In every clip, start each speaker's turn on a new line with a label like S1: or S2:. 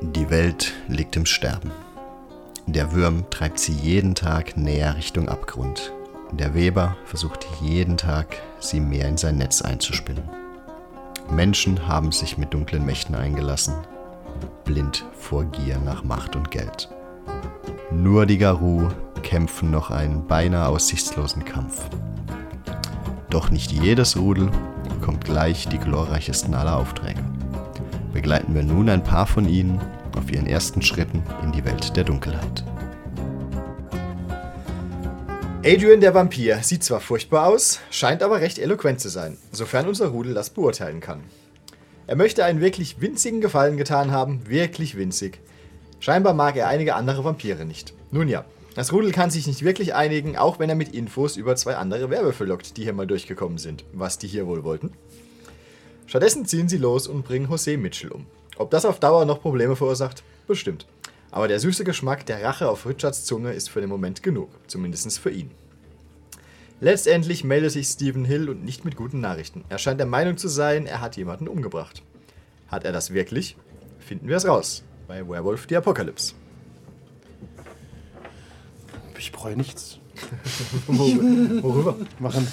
S1: Die Welt liegt im Sterben. Der Würm treibt sie jeden Tag näher Richtung Abgrund. Der Weber versucht jeden Tag, sie mehr in sein Netz einzuspinnen. Menschen haben sich mit dunklen Mächten eingelassen, blind vor Gier nach Macht und Geld. Nur die Garou kämpfen noch einen beinahe aussichtslosen Kampf. Doch nicht jedes Rudel bekommt gleich die glorreichsten aller Aufträge. Begleiten wir nun ein paar von ihnen auf ihren ersten Schritten in die Welt der Dunkelheit.
S2: Adrian der Vampir sieht zwar furchtbar aus, scheint aber recht eloquent zu sein, sofern unser Rudel das beurteilen kann. Er möchte einen wirklich winzigen Gefallen getan haben, wirklich winzig. Scheinbar mag er einige andere Vampire nicht. Nun ja, das Rudel kann sich nicht wirklich einigen, auch wenn er mit Infos über zwei andere Werwölfe lockt, die hier mal durchgekommen sind, was die hier wohl wollten. Stattdessen ziehen sie los und bringen José Mitchell um. Ob das auf Dauer noch Probleme verursacht? Bestimmt. Aber der süße Geschmack der Rache auf Richards Zunge ist für den Moment genug, zumindest für ihn. Letztendlich meldet sich Stephen Hill und nicht mit guten Nachrichten. Er scheint der Meinung zu sein, er hat jemanden umgebracht. Hat er das wirklich? Finden wir es raus. Bei Werewolf die Apokalypse.
S3: Ich bereue nichts.
S2: Wor- Worüber?
S3: Machen.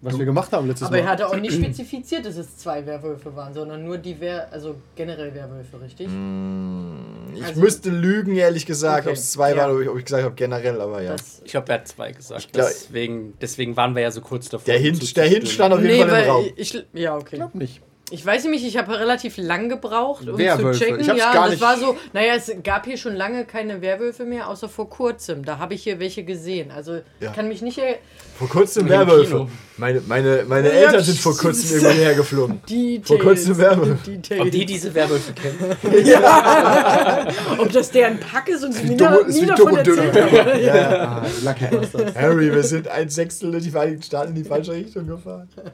S3: Was wir gemacht haben letztes
S4: Aber er
S3: Mal.
S4: hatte auch nicht spezifiziert, dass es zwei Werwölfe waren, sondern nur die Wer also generell Werwölfe, richtig?
S2: Mm. Ich
S4: Also-
S2: müsste lügen, ehrlich gesagt,
S4: Okay,
S2: ob es zwei
S4: ja.
S2: waren, ob ich, ob ich gesagt habe generell, aber ja.
S4: Das,
S5: Ich glaube, er hat zwei gesagt.
S2: glaub-
S5: deswegen, deswegen waren wir ja so kurz davor. um
S2: Der Hint, der Hint stand auf jeden
S4: nee,
S2: Fall im
S4: weil
S2: Raum.
S4: ich. Ja, okay.
S3: Glaub nicht.
S4: Ich weiß nämlich, ich habe relativ lang gebraucht, um
S6: Werwölfe.
S4: zu checken.
S2: Ich hab's
S4: ja,
S2: gar
S4: das
S2: nicht-
S4: war so, naja, es gab hier schon lange keine Werwölfe mehr, außer vor kurzem. Da habe ich hier welche gesehen. Also
S2: Ja.
S4: kann mich nicht. er-
S2: Vor kurzem
S5: Im Kino.
S2: Werwölfe. Meine, meine, meine
S4: Ja,
S2: Eltern sind vor kurzem irgendwo hergeflogen.
S4: Details,
S2: Vor kurzem Werwölfe.
S4: Details.
S5: Ob die diese Werwölfe kennen?
S4: Ob das deren Pack ist und sie nie,
S2: dumm
S4: da-
S2: und- ist
S4: nie
S2: wie
S4: davon
S2: dumm und dünn.
S4: erzählt haben.
S3: Ah, Lucky Bastard.
S2: Harry, wir sind ein Sechstel in die Vereinigten Staaten in die falsche Richtung gefahren.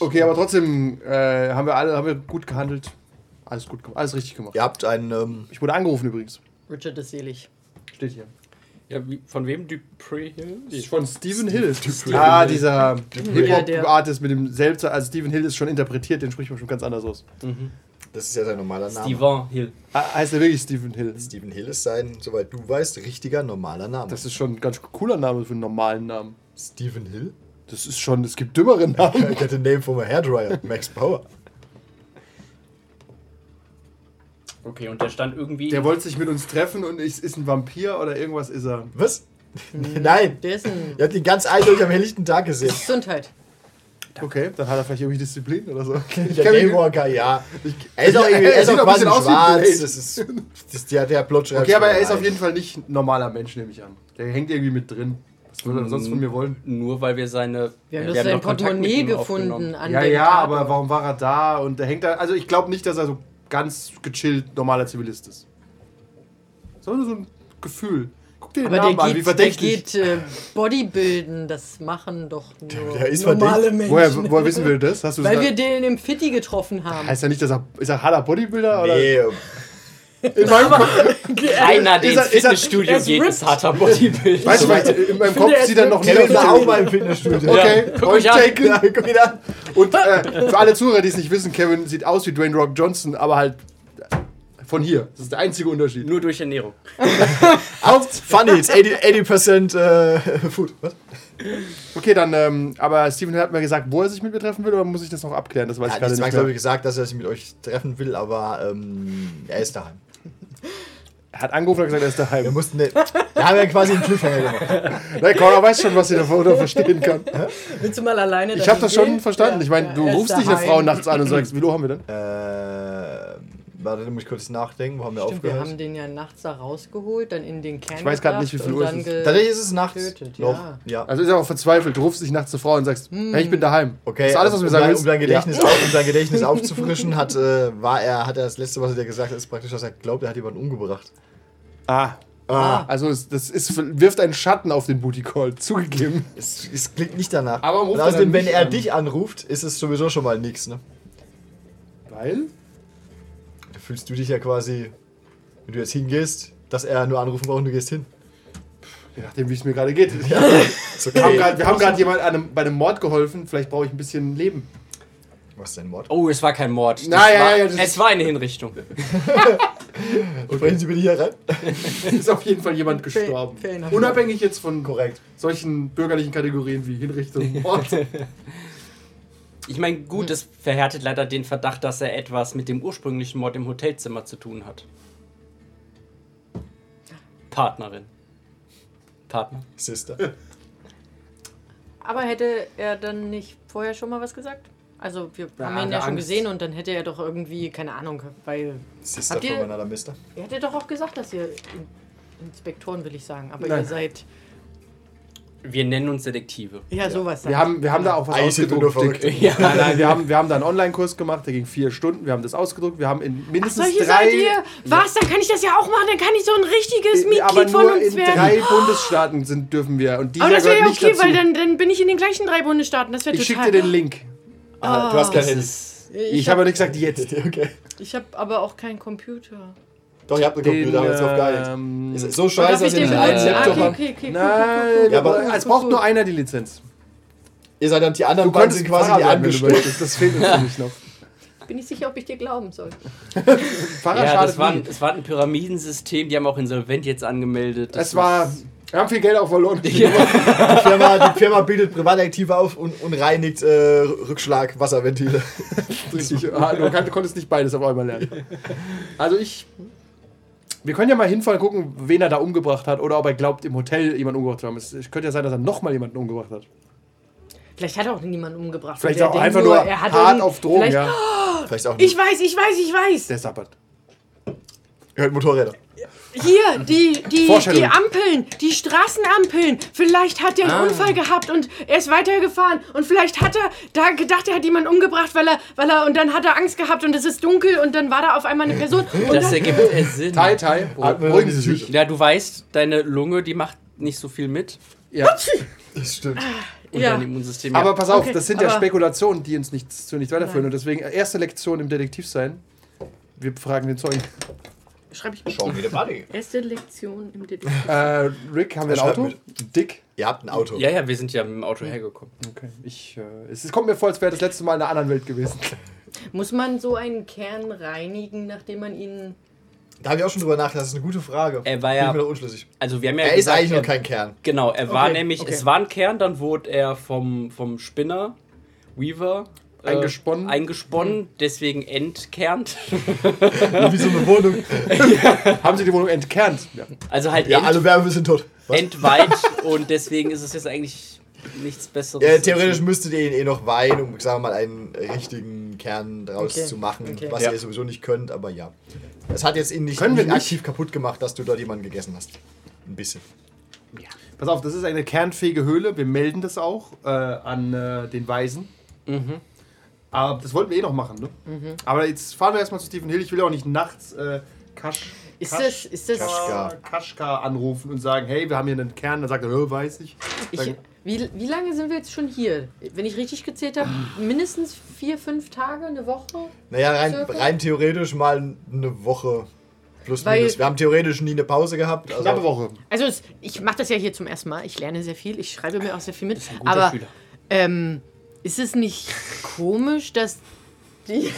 S3: Okay, aber trotzdem äh, haben wir alle haben wir gut gehandelt. Alles gut gemacht. Alles richtig gemacht.
S2: Ihr habt einen, ähm,
S3: Ich wurde angerufen übrigens.
S4: Richard ist selig.
S3: Steht hier.
S5: ja, wie, von wem? Dupree Hill?
S3: Von Stephen Hill.
S2: Stephen
S3: ah,
S2: Hill.
S3: dieser
S4: Ja, der-
S3: Hip-Hop-Artist mit dem selbst. Also Stephen Hill ist schon interpretiert, den spricht man schon ganz anders aus.
S2: das ist ja sein normaler Name.
S5: Steven Hill.
S3: Ah, Heißt er wirklich Stephen Hill?
S2: Stephen Hill ist sein, soweit du weißt, richtiger normaler Name.
S3: Das ist schon ein ganz cooler Name für einen normalen Namen.
S2: Stephen Hill?
S3: Das ist schon, es gibt dümmere Namen.
S2: I get a name from a hairdryer. Max Power.
S5: Okay, und der stand irgendwie.
S3: Der wollte sich mit uns treffen und ist, ist ein Vampir oder irgendwas ist er.
S2: Was? Nein!
S4: Der ist ein.
S2: Ihr habt ihn ganz eindeutig am helllichten Tag gesehen.
S4: Gesundheit.
S3: Okay, dann hat er vielleicht irgendwie Disziplin oder so. Ich
S2: Der
S3: kenn mich-
S2: Daywalker, ja. Er ist auch,
S3: er-
S2: irgendwie,
S3: er
S2: er ist
S3: sieht
S2: auch
S3: auch ein
S2: quasi
S3: bisschen aus wie
S2: schwarz.
S3: Blade.
S2: Das ist, das ist der, der Plot
S3: okay, aber er ist auf jeden Fall nicht ein normaler Mensch, nehme ich an. Der hängt irgendwie mit drin. Was würde er
S4: Mhm.
S3: sonst von mir wollen?
S5: Nur weil wir seine.
S4: Wir haben
S5: wir
S4: das
S5: haben
S4: sein
S5: doch Kontakt mit
S4: Portemonnaie
S5: ihm aufgenommen.
S4: gefunden an
S3: Ja,
S4: dem
S3: ja,
S4: Tatort.
S3: aber warum war er da? Und der hängt da. Also ich glaube nicht, dass er so ganz gechillt normaler Zivilist ist. Sondern so ein Gefühl. Guck dir den
S4: Aber der
S3: Namen an, wie
S4: geht, der
S3: verdächtig.
S4: geht äh, Bodybuilden, das machen doch nur
S2: der ist
S4: normale Menschen.
S3: Woher, woher wissen wir das? Hast du
S4: Weil
S3: das-
S4: wir den im Fitti getroffen haben.
S3: heißt ja nicht, dass er. Ist er harter Bodybuilder?
S2: Nee,
S3: Oder? In meinem Kopf-
S5: Einer, der
S3: Ist er-
S5: ins
S3: ist er-
S5: Fitnessstudio
S4: er ist
S5: geht,
S4: ripped.
S5: ist harter Bodybuilder.
S3: Weißt du, weil in meinem
S4: finde,
S3: Kopf
S4: er
S3: sieht er noch nie
S2: Kevin war auch
S3: auf
S2: mal im Fitnessstudio.
S3: Okay,
S5: Guck
S3: Point
S5: mich an.
S3: taken.
S2: Ja, guck ihn an.
S3: Und äh, für alle Zuhörer, die es nicht wissen, Kevin sieht aus wie Dwayne Rock Johnson, aber halt äh, von hier. Das ist der einzige Unterschied.
S5: Nur durch Ernährung.
S2: Auf Funnels, 80%, 80 äh, Food. Was?
S3: Okay, dann, ähm, aber Steven hat mir gesagt, wo er sich mit mir treffen will, oder muss ich das noch abklären? Das weiß
S2: Er
S3: ich
S2: hat
S3: gerade
S2: nicht
S3: nicht. Mehr.
S2: zwangsläufig gesagt, dass er sich mit euch treffen will, aber ähm, er ist daheim.
S3: Er hat angerufen und gesagt, er ist
S2: Wir
S3: daheim.
S2: mussten den, da haben wir quasi einen Cliffhanger gemacht.
S3: Nein, Connor weiß schon, was sie darunter verstehen kann.
S4: Willst du mal alleine
S3: Ich habe
S4: dahin
S3: das schon
S4: gehen?
S3: verstanden. Ich meine, du
S4: er ist
S3: rufst nicht eine
S4: daheim.
S3: Frau nachts an und sagst, wie low haben wir denn?
S2: Äh, warte, da muss ich kurz nachdenken, wo haben wir
S4: Stimmt, wir
S2: aufgehört?
S4: haben den ja nachts da rausgeholt, dann in den Kern.
S3: Ich weiß grad nicht, wie viel Uhr es ist.
S2: Tatsächlich ist es nachts.
S4: Tötet,
S2: noch.
S4: ja.
S2: ja.
S3: Also ist er auch verzweifelt. Du rufst dich nachts eine Frau und sagst, "Hm, hey, ich bin daheim.
S2: Okay,
S3: Das ist alles, was
S2: um,
S3: wir sagen
S2: dein,
S3: willst.
S2: um, dein Gedächtnis
S3: Ja.
S2: auf, um dein Gedächtnis aufzufrischen, hat, äh, war er, hat er das letzte, was er dir gesagt hat, ist praktisch, dass er glaubt, er hat jemanden umgebracht.
S3: Ah.
S2: Ah.
S3: Also es- das ist, wirft einen Schatten auf den Booty Call, zugegeben.
S2: Es, es klingt nicht danach.
S3: Aber ruft
S2: Und
S3: er
S2: außerdem,
S3: dann
S2: wenn
S3: nicht
S2: er
S3: an?
S2: dich anruft, ist es sowieso schon mal nix, ne?
S3: Weil?
S2: Da fühlst du dich ja quasi, wenn du jetzt hingehst, dass er nur anrufen braucht und du gehst hin.
S3: Je nachdem, wie es mir gerade geht.
S2: Ist
S3: Wir haben
S2: okay.
S3: gerade jemand einem, bei einem Mord geholfen, vielleicht brauche ich ein bisschen Leben.
S2: Was denn Mord?
S5: Oh, es war kein Mord. Das
S3: Na, ja,
S5: war,
S3: ja, das
S5: es
S3: ist-
S5: war eine Hinrichtung.
S2: Bringen Sie bitte hier rein.
S3: ist auf jeden Fall jemand gestorben.
S6: fair enough.
S3: Unabhängig jetzt von
S2: Korrekt.
S3: solchen bürgerlichen Kategorien wie Hinrichtung, Mord.
S5: Ich meine, gut, es verhärtet leider den Verdacht, dass er etwas mit dem ursprünglichen Mord im Hotelzimmer zu tun hat. Partnerin. Partner.
S2: Sister.
S6: Aber hätte er dann nicht vorher schon mal was gesagt? Also, wir
S3: Ja,
S6: haben ihn
S3: eine
S6: ja schon
S3: Angst.
S6: gesehen und dann hätte er doch irgendwie, keine Ahnung, weil.
S2: Sister
S6: Habt ihr-
S2: von meiner Mister.
S6: Er hätte doch auch gesagt, dass ihr. In Inspektoren will ich sagen, aber
S3: Nein.
S6: ihr seid.
S5: Wir nennen uns Detektive.
S6: Ja, sowas.
S3: Wir haben, wir haben da auch was
S2: Ei, sind wir nur
S3: ausgedruckt.
S2: verrückt.
S3: Dick. Nein, nein, wir haben, wir haben da einen Online-Kurs gemacht, der ging vier Stunden. Wir haben das ausgedruckt. Wir haben in
S6: Ach,
S3: mindestens
S6: solche
S3: drei,
S6: seid ihr? Was? Dann kann ich das ja auch machen. Dann kann ich so ein richtiges
S3: äh, aber
S6: Mitglied von
S3: nur in
S6: uns werden.
S3: drei Bundesstaaten sind, dürfen wir. Und dieser
S6: Aber das wäre
S3: gehört
S6: ja
S3: nicht
S6: okay,
S3: dazu.
S6: weil dann, dann bin ich in den gleichen drei Bundesstaaten. Das halt- wäre
S3: ich
S6: total.
S3: schicke dir den Link.
S2: Ah, du hast kein Handy.
S5: ist,
S3: Ich, habe ja nicht gesagt jetzt.
S2: Okay.
S6: Ich habe aber auch keinen Computer.
S2: Doch, ihr habt einen Computer, aber jetzt auf geil.
S3: ähm,
S2: Ist so
S6: Darf
S2: scheiße,
S6: ich
S2: dass ihr
S6: den
S2: nicht einen
S6: benutzen? Ah,
S2: Laptop
S6: okay,
S2: habt.
S6: okay, okay, cool, cool,
S3: Nein,
S6: cool.
S2: Ja, aber-
S3: es braucht nur einer die Lizenz.
S2: Ihr seid dann die anderen
S3: Du
S2: beiden
S3: kannst
S2: sind quasi die Angestellten.
S3: Das fehlt uns nämlich noch.
S6: Bin ich sicher, ob ich dir glauben soll.
S2: Ah,
S3: Pfarrer
S5: ja, das
S3: schadet
S5: war,
S3: nie.
S5: ein, das war ein Pyramidensystem, die haben auch insolvent jetzt angemeldet. Das
S3: Es war.
S5: ist-
S3: Wir haben viel Geld auch verloren.
S2: Die Firma, die Firma bildet Privataktive auf und, und reinigt äh, Rückschlag, Wasserventile.
S3: Richtig. Ah, Du kann- konntest nicht beides auf einmal lernen. Also ich. Wir können ja mal hinfahren und gucken, wen er da umgebracht hat oder ob er glaubt, im Hotel jemanden umgebracht zu haben. Es es könnte ja sein, dass er nochmal jemanden umgebracht hat.
S6: Vielleicht hat er auch niemanden umgebracht.
S3: Vielleicht
S6: Der
S3: auch
S6: denkt
S3: einfach nur,
S6: er hat
S3: hart
S6: irgend-
S3: auf Drogen,
S6: vielleicht- Ah!
S3: ja.
S2: Vielleicht auch nicht.
S6: Ich weiß, ich weiß, ich weiß.
S3: Der sappert.
S2: Ihr hört Motorräder.
S6: Hier, die, die,
S3: Mhm. Vorstellung. Ah.
S6: die Ampeln, die Straßenampeln. Vielleicht hat er einen Unfall gehabt und er ist weitergefahren. Und vielleicht hat er da gedacht, er hat jemanden umgebracht, weil er, weil er, und dann hat er Angst gehabt und es ist dunkel und dann war da auf einmal eine Person. Und
S5: Das ergibt äh, Sinn.
S3: Tai, Tai,
S6: Ah,
S2: Atmen
S3: beruhigen
S2: in
S3: Sie
S2: die
S3: sich.
S2: Tüte.
S5: Ja, du weißt, deine Lunge, die macht nicht so viel mit.
S3: Ja.
S2: Das stimmt.
S5: Und
S6: Ja.
S5: dein Immunsystem.
S3: Aber pass auf,
S6: Okay,
S3: das sind ja
S6: aber-
S3: Spekulationen, die uns nichts zu nichts weiterführen. Und deswegen, erste Lektion im Detektivsein. Wir fragen den Zeugen.
S6: Schreibe ich
S2: Schau wieder Buddy.
S6: erste Lektion im Detail.
S3: Äh, Rick, haben wir ein
S2: Schreib
S3: Auto? Dick.
S2: Ihr habt ein Auto.
S5: ja, ja, wir sind ja mit dem Auto hergekommen.
S3: Okay. Ich, äh, es, es kommt mir vor, als wäre das letzte Mal in einer anderen Welt gewesen.
S6: Muss man so einen Kern reinigen, nachdem man ihn.
S2: Da habe ich auch schon drüber nachgedacht. Das ist eine gute Frage.
S5: Er war
S2: Bin
S5: ja-
S2: ich mir noch unschlüssig.
S5: Also wir haben ja
S2: Er ist
S5: gesagt,
S2: eigentlich nur
S5: er-
S2: kein Kern.
S5: Genau, er war
S6: Okay,
S5: nämlich,
S6: okay.
S5: es war ein Kern, dann wurde er vom, vom Spinner, Weaver, äh,
S3: Eingesponnen.
S5: eingesponnen
S6: Mhm.
S5: deswegen entkernt.
S2: Wie so eine Wohnung.
S3: haben sie die Wohnung entkernt? Ja.
S5: Also halt
S2: Ja,
S5: ent,
S2: alle Werbe sind tot. Was?
S5: entweiht und deswegen ist es jetzt eigentlich nichts Besseres.
S2: Ja, Äh, theoretisch müsstet ihr ihn eh noch weihen, um, sagen wir mal, einen richtigen Kern draus
S6: Okay.
S2: zu machen,
S6: Okay.
S2: was ihr sowieso nicht könnt, aber ja. Es hat jetzt ihn nicht,
S3: Können wir
S2: nicht
S3: nicht?
S2: aktiv kaputt gemacht, dass du dort jemanden gegessen hast. Ein bisschen.
S3: Pass auf, das ist eine kernfähige Höhle. Wir melden das auch äh, an äh, den Weisen. Mhm. Aber das wollten wir eh noch machen, ne? Aber jetzt fahren wir erstmal zu Stephen Hill. Ich will ja auch nicht nachts äh, Kasch,
S6: Ist das.
S3: Kasch,
S6: Ist das
S2: Kaschka.
S3: Kaschka anrufen und sagen, hey, wir haben hier einen Kern. Dann sagt er, "Hö, weiß ich.
S6: ich, wie, wie lange sind wir jetzt schon hier? Wenn ich richtig gezählt habe,
S3: Ah.
S6: mindestens vier, fünf Tage, eine Woche?
S2: Naja, rein,
S6: Circa?
S2: rein theoretisch mal eine Woche plus
S6: Weil-
S2: minus. Wir haben theoretisch nie eine Pause gehabt. Also
S3: Knappe Woche.
S6: Also es, ich mache das ja hier zum ersten Mal. Ich lerne sehr viel, ich schreibe mir auch sehr viel mit.
S5: Guter
S6: Aber
S5: Schüler.
S6: ähm, ist es nicht komisch, dass die,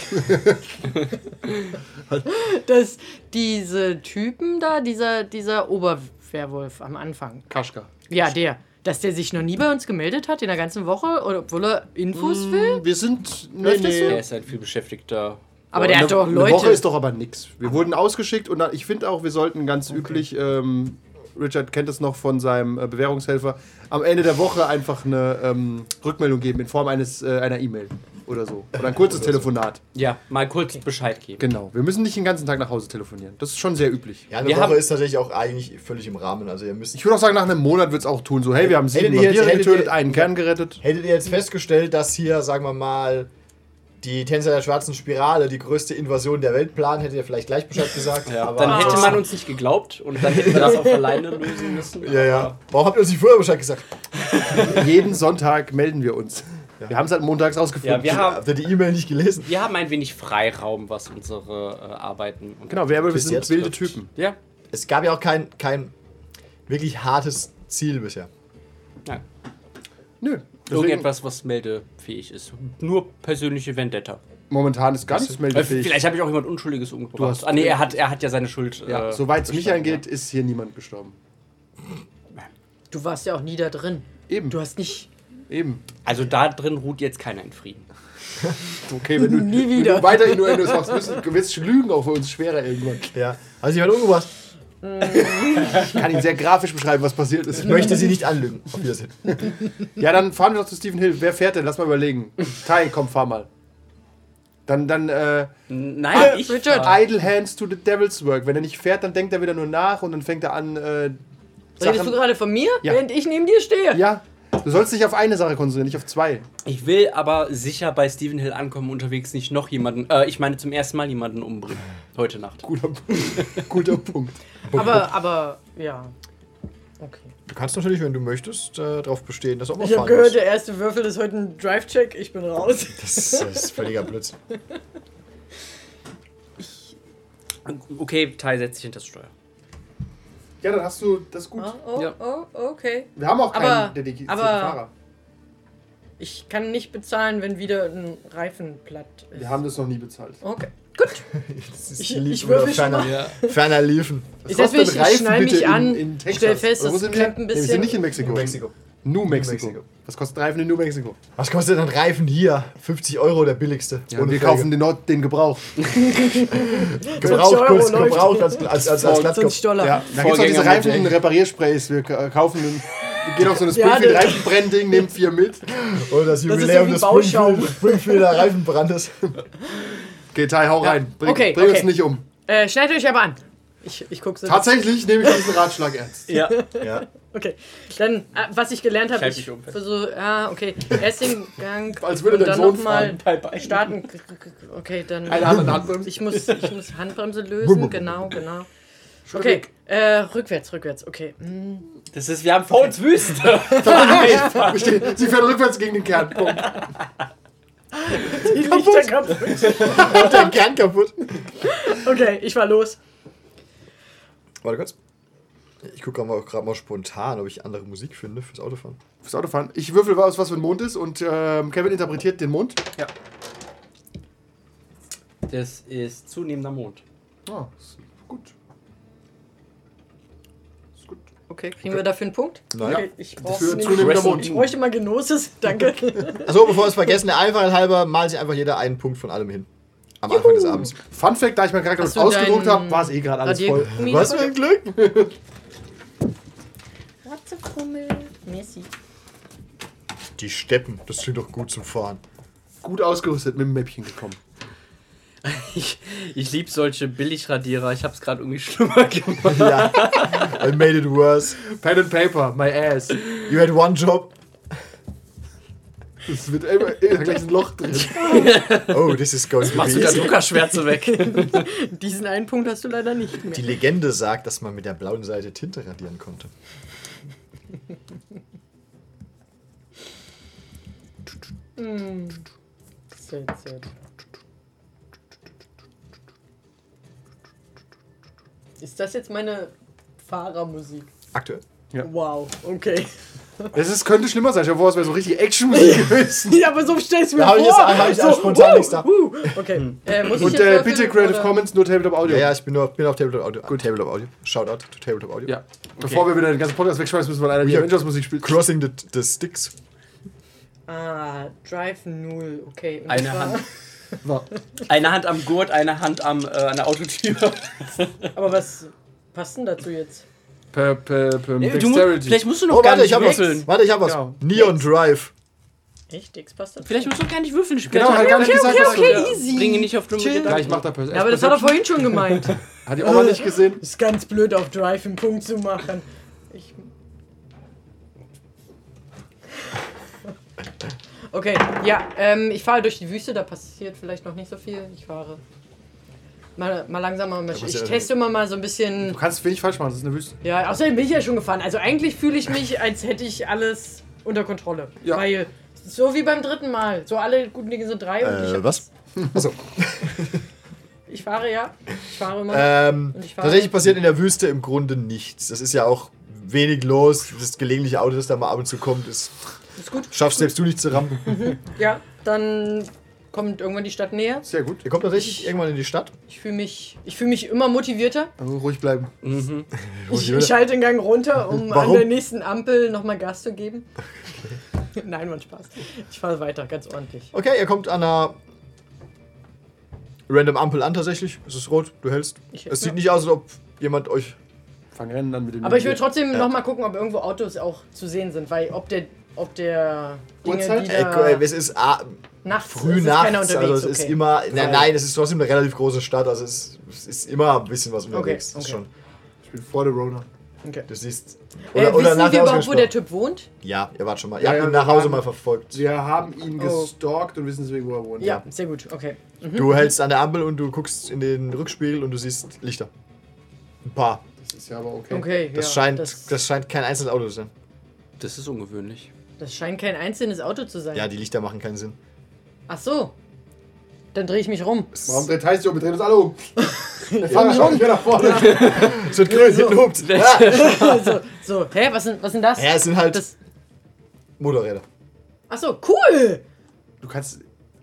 S6: dass diese Typen da, dieser, dieser Oberwerwolf am Anfang,
S3: Kaschka.
S6: ja der, dass der sich noch nie bei uns gemeldet hat in der ganzen Woche, oder- obwohl er
S3: Mm.
S6: Infos will?
S3: Wir sind. Nee,
S6: Läuft das so?
S5: Er
S3: nee.
S5: ist halt viel beschäftigter.
S6: Aber der hat doch
S3: Eine Woche
S6: Leute.
S3: ist doch aber nix. Wir wurden ausgeschickt und dann- ich finde auch, wir sollten ganz üblich, ähm, Richard kennt es noch von seinem äh, Bewährungshelfer, am Ende der Woche einfach eine ähm, Rückmeldung geben in Form eines äh, einer E-Mail oder so. Oder ein kurzes Telefonat.
S5: Ja, mal kurz Bescheid geben.
S3: Genau. Wir müssen nicht den ganzen Tag nach Hause telefonieren. Das ist schon sehr üblich.
S2: ja, eine
S5: Wir
S2: Woche
S5: haben-
S2: ist tatsächlich auch eigentlich völlig im Rahmen. Also ihr müsst.
S3: Ich würde auch sagen, nach einem Monat wird es auch tun. So, hey, wir haben sieben
S2: Hättet ihr jetzt-
S3: Vampire
S2: hättet
S3: getötet,
S2: ihr-
S3: einen Kern gerettet.
S2: Hättet ihr jetzt festgestellt, dass hier, sagen wir mal, die Tänzer der schwarzen Spirale die größte Invasion der Welt planen, hättet ihr vielleicht gleich Bescheid gesagt.
S5: Ja,
S2: aber-
S5: dann
S6: Ah.
S5: hätte man uns nicht geglaubt und dann hätten wir das auch alleine lösen müssen.
S2: Ja, ja. Warum habt ihr uns nicht früher Bescheid gesagt?
S3: Jeden Sonntag melden wir uns. Wir haben es halt montags rausgefunden.
S5: Ja, wir haben-
S2: Habt ihr die E-Mail nicht gelesen?
S5: Wir haben ein wenig Freiraum, was unsere äh, Arbeiten und
S3: genau, wir haben- wir
S2: Bis
S3: sind
S2: jetzt
S3: wilde
S2: läuft's.
S3: Typen.
S5: Ja.
S2: Es gab ja auch kein, kein wirklich hartes Ziel bisher.
S5: ja.
S3: Nö.
S5: Irgendetwas, was meldefähig ist. Nur persönliche Vendetta.
S3: Momentan ist gar nichts
S5: Äh,
S3: meldefähig.
S5: Vielleicht habe ich auch jemand Unschuldiges umgebracht.
S3: Du hast-
S5: ah, nee, er hat, er hat ja seine Schuld.
S3: Ja,
S5: äh,
S3: soweit es mich
S5: bestanden,
S3: angeht, ist hier niemand gestorben.
S4: Du warst ja auch nie da drin.
S3: Eben.
S4: Du hast nicht.
S3: Eben.
S5: ja. Also da drin ruht jetzt keiner in Frieden.
S3: Okay, wenn du,
S4: Nie wieder.
S3: Wenn du weiter Innuendos machst, wirst du wirst Lügen auch für uns schwerer irgendwann.
S2: Ja. Also jemand umgebracht.
S3: Ich kann ihn sehr grafisch beschreiben, was passiert ist.
S2: Ich möchte sie nicht anlügen. Auf Wiedersehen.
S3: Ja, dann fahren wir doch zu Stephen Hill. Wer fährt denn? Lass mal überlegen. Tai, komm, fahr mal. Dann, dann, äh,
S5: Nein, ich.
S4: Richard.
S5: fahr.
S3: idle hands to the devil's work. Wenn er nicht fährt, dann denkt er wieder nur nach und dann fängt er an, äh,
S4: Redest du
S3: Sachen...
S4: gerade von mir,
S3: Ja.
S4: während ich neben dir stehe?
S3: Ja, du sollst dich auf eine Sache konzentrieren, nicht auf zwei.
S5: Ich will aber sicher bei Stephen Hill ankommen, unterwegs nicht noch jemanden, äh, ich meine zum ersten Mal jemanden umbringen. Heute Nacht.
S3: Guter, guter Punkt.
S4: Aber, aber, ja. Okay.
S2: Du kannst natürlich, wenn du möchtest, äh, darauf bestehen, dass auch mal
S6: Ich habe
S2: fahren
S6: gehört,
S2: muss.
S6: der erste Würfel ist heute ein Drive-Check. Ich bin raus.
S2: Das ist, das ist völliger Blödsinn.
S5: Okay, Tai setzt sich hinter das Steuer.
S3: Ja, dann hast du das gut.
S6: Oh, oh,
S5: Ja.
S6: oh, okay.
S3: Wir haben auch keinen
S6: Aber-
S3: dedizierten
S6: aber-
S3: Fahrer.
S6: Ich kann nicht bezahlen, wenn wieder ein Reifen platt ist.
S3: Wir haben das noch nie bezahlt.
S6: Okay.
S2: Das ist
S6: Ich-
S2: lieb
S6: ich
S2: oder
S6: würfel schon
S2: ferner, ferner liefen.
S6: Ich setz mich, ich schnall mich an, stell fest,
S3: Oder wo
S6: es
S3: sind
S6: klappt
S3: wir?
S6: ein
S3: Nee, wir sind
S6: bisschen.
S3: nicht in Mexiko. New Mexico.
S2: Mexico.
S3: Was kostet Reifen in New Mexico?
S2: Was kostet ein Reifen hier? 50 Euro, der billigste.
S3: und wir
S2: Felge.
S3: kaufen den, Nord den Gebrauch.
S2: Gebraucht,
S6: 50
S2: kurz,
S6: Euro
S2: gebraucht als, als, als, als Laptop.
S6: 20 Dollar.
S3: Ja, da gibt es auch diese
S5: Vorgänger
S3: Reifen
S5: mit
S3: in Repariersprays. Wir k- äh, kaufen den. Geht auf so eine
S6: Ja,
S3: Springfield
S6: der-
S3: Reifenbrennding, nehmt vier mit.
S2: Oder das
S6: ist
S2: Jubiläum
S6: so wie
S2: des
S6: Bauschaum.
S2: Springfield- Springfielder Reifenbrandes.
S3: Okay, Tai, hau rein. Bring,
S6: Okay,
S3: bring uns
S6: okay.
S3: nicht um.
S6: Äh, schneidet euch aber an. Ich, ich gucke so.
S3: Tatsächlich nehme ich diesen Ratschlag ernst.
S5: Ja.
S2: Ja.
S6: Okay. Dann, äh, was ich gelernt habe,
S5: Ich halte
S6: ich,
S5: mich um.
S6: versuche, ah, okay. Ersten Gang.
S3: Als würde
S6: und
S3: dein
S6: dann
S3: Sohn
S6: noch mal
S5: Bei beiden.
S6: starten. Okay, dann.
S3: Eine Hand an der Handbremse.
S6: Ich muss, ich muss Handbremse lösen, genau, genau. Okay, äh, rückwärts, rückwärts, okay. Hm.
S5: Das ist, wir haben vor uns Wüste.
S3: Verstehe. Sie fährt rückwärts gegen den Kern. Punkt.
S2: Macht den Kern kaputt.
S6: Okay, ich war los.
S2: Warte kurz. Ich gucke gerade mal, grad mal spontan, ob ich andere Musik finde fürs Autofahren.
S3: Fürs Autofahren. Ich würfel aus, was für ein Mond ist und ähm, Kevin interpretiert den Mond.
S5: Das ist zunehmender Mond.
S3: Ah, ist gut. Ist gut.
S6: Okay, kriegen wir dafür einen Punkt?
S2: Nein.
S6: Okay, ich brauche
S3: Für zunehmender
S6: Ich
S3: Mond.
S6: bräuchte mal Genosis, danke.
S2: Achso, bevor wir es vergessen, der Einfachheit halber malt sich einfach jeder einen Punkt von allem hin. Am Anfang des Abends.
S3: Fun Fact, da ich meinen Charakter
S6: Hast
S3: noch
S6: du
S3: ausgedruckt
S6: deinen
S3: habe, war es eh gerade alles voll.
S6: Radiergummi
S2: Was für
S6: dabei?
S2: ein Glück!
S6: Ratzefummel. Messi.
S2: Die Steppen, das klingt doch gut zum Fahren.
S3: Gut ausgerüstet mit dem Mäppchen gekommen.
S5: Ich, ich liebe solche Billigradierer. Ich habe es gerade irgendwie schlimmer gemacht.
S2: Ja. I made it worse.
S3: Pen and Paper, my ass.
S2: You had one job.
S3: Es wird immer, immer gleich ein Loch drin.
S2: Oh, this is going to
S5: Machst du
S2: be.
S5: das Lukas-Schwärze weg?
S6: Diesen einen Punkt hast du leider nicht mehr.
S2: Die Legende sagt, dass man mit der blauen Seite Tinte radieren konnte.
S6: Hm. Set, set. Ist das jetzt meine Fahrermusik?
S2: Aktuell.
S3: Ja.
S6: Wow, okay.
S3: Das ist, könnte schlimmer sein. Ich habe es wäre so richtig Actionmusik gewesen.
S6: Ja, aber so stellst du mir
S2: Da hab ich jetzt- hab ich
S6: vor.
S2: auch spontan nichts da.
S6: uh, okay. Äh, muss ich
S3: Und
S6: jetzt
S3: äh,
S6: würfeln,
S3: bitte Creative
S6: oder?
S3: Commons, nur Tabletop Audio.
S2: Ja, ja, ich bin nur bin auf Tabletop Audio. Good. Tabletop Audio. Shoutout to Tabletop Audio.
S3: Ja. Bevor wir wieder den ganzen Podcast wegschmeißen, müssen wir einer die
S2: Ja.
S3: Avengers-Musik spielen.
S2: Crossing the, the Sticks.
S6: Ah, Drive 0, okay. Und
S5: Eine
S6: zwar-
S5: Hand. Eine Hand am Gurt, eine Hand am, äh, an der Autotür.
S6: Aber was passt denn dazu jetzt?
S3: Per, per, per
S5: Du musst, vielleicht
S3: Dexterity.
S5: musst du noch
S2: Oh,
S5: gar
S2: warte,
S5: nicht
S2: ich hab was.
S5: würfeln.
S2: Warte, ich hab was.
S3: Ja.
S2: Neon Drive.
S6: Echt? X passt dazu?
S5: Vielleicht musst du gar nicht würfeln. Ich
S3: Genau, hat gar nicht gesagt, was du.
S5: Ja, Bring ihn nicht auf dumme
S3: Ja,
S5: Gedanken.
S3: ich mach da per
S6: Ja, aber das hat er vorhin schon gemeint.
S3: Hat die Oma nicht gesehen?
S6: Ist ganz blöd, auf Drive einen Punkt zu machen. Ich. Okay, ja, ähm, ich fahre durch die Wüste, da passiert vielleicht noch nicht so viel. Ich fahre mal, mal langsamer. Mal ich teste immer mal so ein bisschen.
S3: Du kannst wenig falsch machen, das ist eine Wüste.
S6: Ja, außerdem bin ich ja schon gefahren. Also eigentlich fühle ich mich, als hätte ich alles unter Kontrolle.
S3: Ja.
S6: Weil, so wie beim dritten Mal, so alle guten Dinge sind drei. und ich,
S2: Äh,
S6: hab-
S2: was? Achso.
S6: ich fahre ja. Ich fahre immer.
S3: Äh,
S2: Ähm,
S6: Und ich fahre-
S2: tatsächlich passiert in der Wüste im Grunde nichts. Das ist ja auch wenig los. Das gelegentliche Auto, das da mal ab und zu kommt, ist
S6: ist gut.
S2: Schaffst selbst du nicht zu rampen.
S6: Ja, dann kommt irgendwann die Stadt näher.
S3: Sehr gut.
S2: Ihr kommt tatsächlich irgendwann in die Stadt.
S6: Ich fühle mich, ich fühle mich immer motivierter.
S3: Also ruhig bleiben.
S6: Ich, ich schalte den Gang runter, um
S2: Warum?
S6: an der nächsten Ampel nochmal Gas zu geben. Nein, man Spaß. Ich fahre weiter, ganz ordentlich.
S2: Okay, ihr kommt an einer random Ampel an tatsächlich. Es ist rot, du hältst.
S6: Ich-
S2: es
S6: ja.
S2: sieht nicht aus, als ob jemand euch.
S3: Fang rennen dann
S2: Mhm.
S3: mit dem.
S6: Aber ich will trotzdem noch nochmal gucken, ob irgendwo Autos auch zu sehen sind, weil ob der, ob der Dinge,
S3: Uhrzeit?
S6: die
S2: Ey,
S6: da
S2: es ist ah,
S6: nachts
S2: früh
S6: es ist keiner
S2: nachts,
S6: unterwegs.
S2: also es
S6: okay.
S2: ist immer. Nein, nein, es ist trotzdem eine relativ große Stadt, also es, es ist immer ein bisschen was unterwegs. Das ist
S6: okay.
S2: Schon.
S3: Ich bin vor der Rona.
S6: okay.
S2: Du siehst.
S6: Oder, äh, wissen wir überhaupt, wo
S2: Ausgangssperre.
S6: der Typ wohnt?
S2: Ja, ihr wart schon mal. Ihr
S3: Ja,
S2: habt
S3: ja,
S2: ihn
S3: wir
S2: nach Hause
S3: waren-
S2: mal verfolgt.
S3: Wir haben ihn
S6: Oh.
S3: gestalkt und wissen deswegen, wo er wohnt.
S6: Ja, sehr gut, okay.
S2: Du hältst an der Ampel und du guckst in den Rückspiegel und du siehst Lichter. Ein paar.
S3: Das ist ja aber okay.
S6: Okay,
S2: Das,
S6: ja,
S2: scheint, das,
S6: das,
S2: scheint kein einzelnes Auto zu sein.
S5: Das ist ungewöhnlich.
S6: das scheint kein einzelnes Auto zu sein.
S2: Ja, die Lichter machen keinen Sinn.
S6: Ach so. Dann drehe ich mich rum.
S3: Warum dreht heißt um? Wir drehen uns alle um. Wir fahren schon wieder nach vorne.
S2: Es wird Ah. grün, hinten hupt. Ja.
S6: so, Also, so, hä, was sind, was sind das?
S2: ja, es sind halt
S6: Das-
S2: Motorräder.
S6: Ach so, cool.
S3: Du kannst.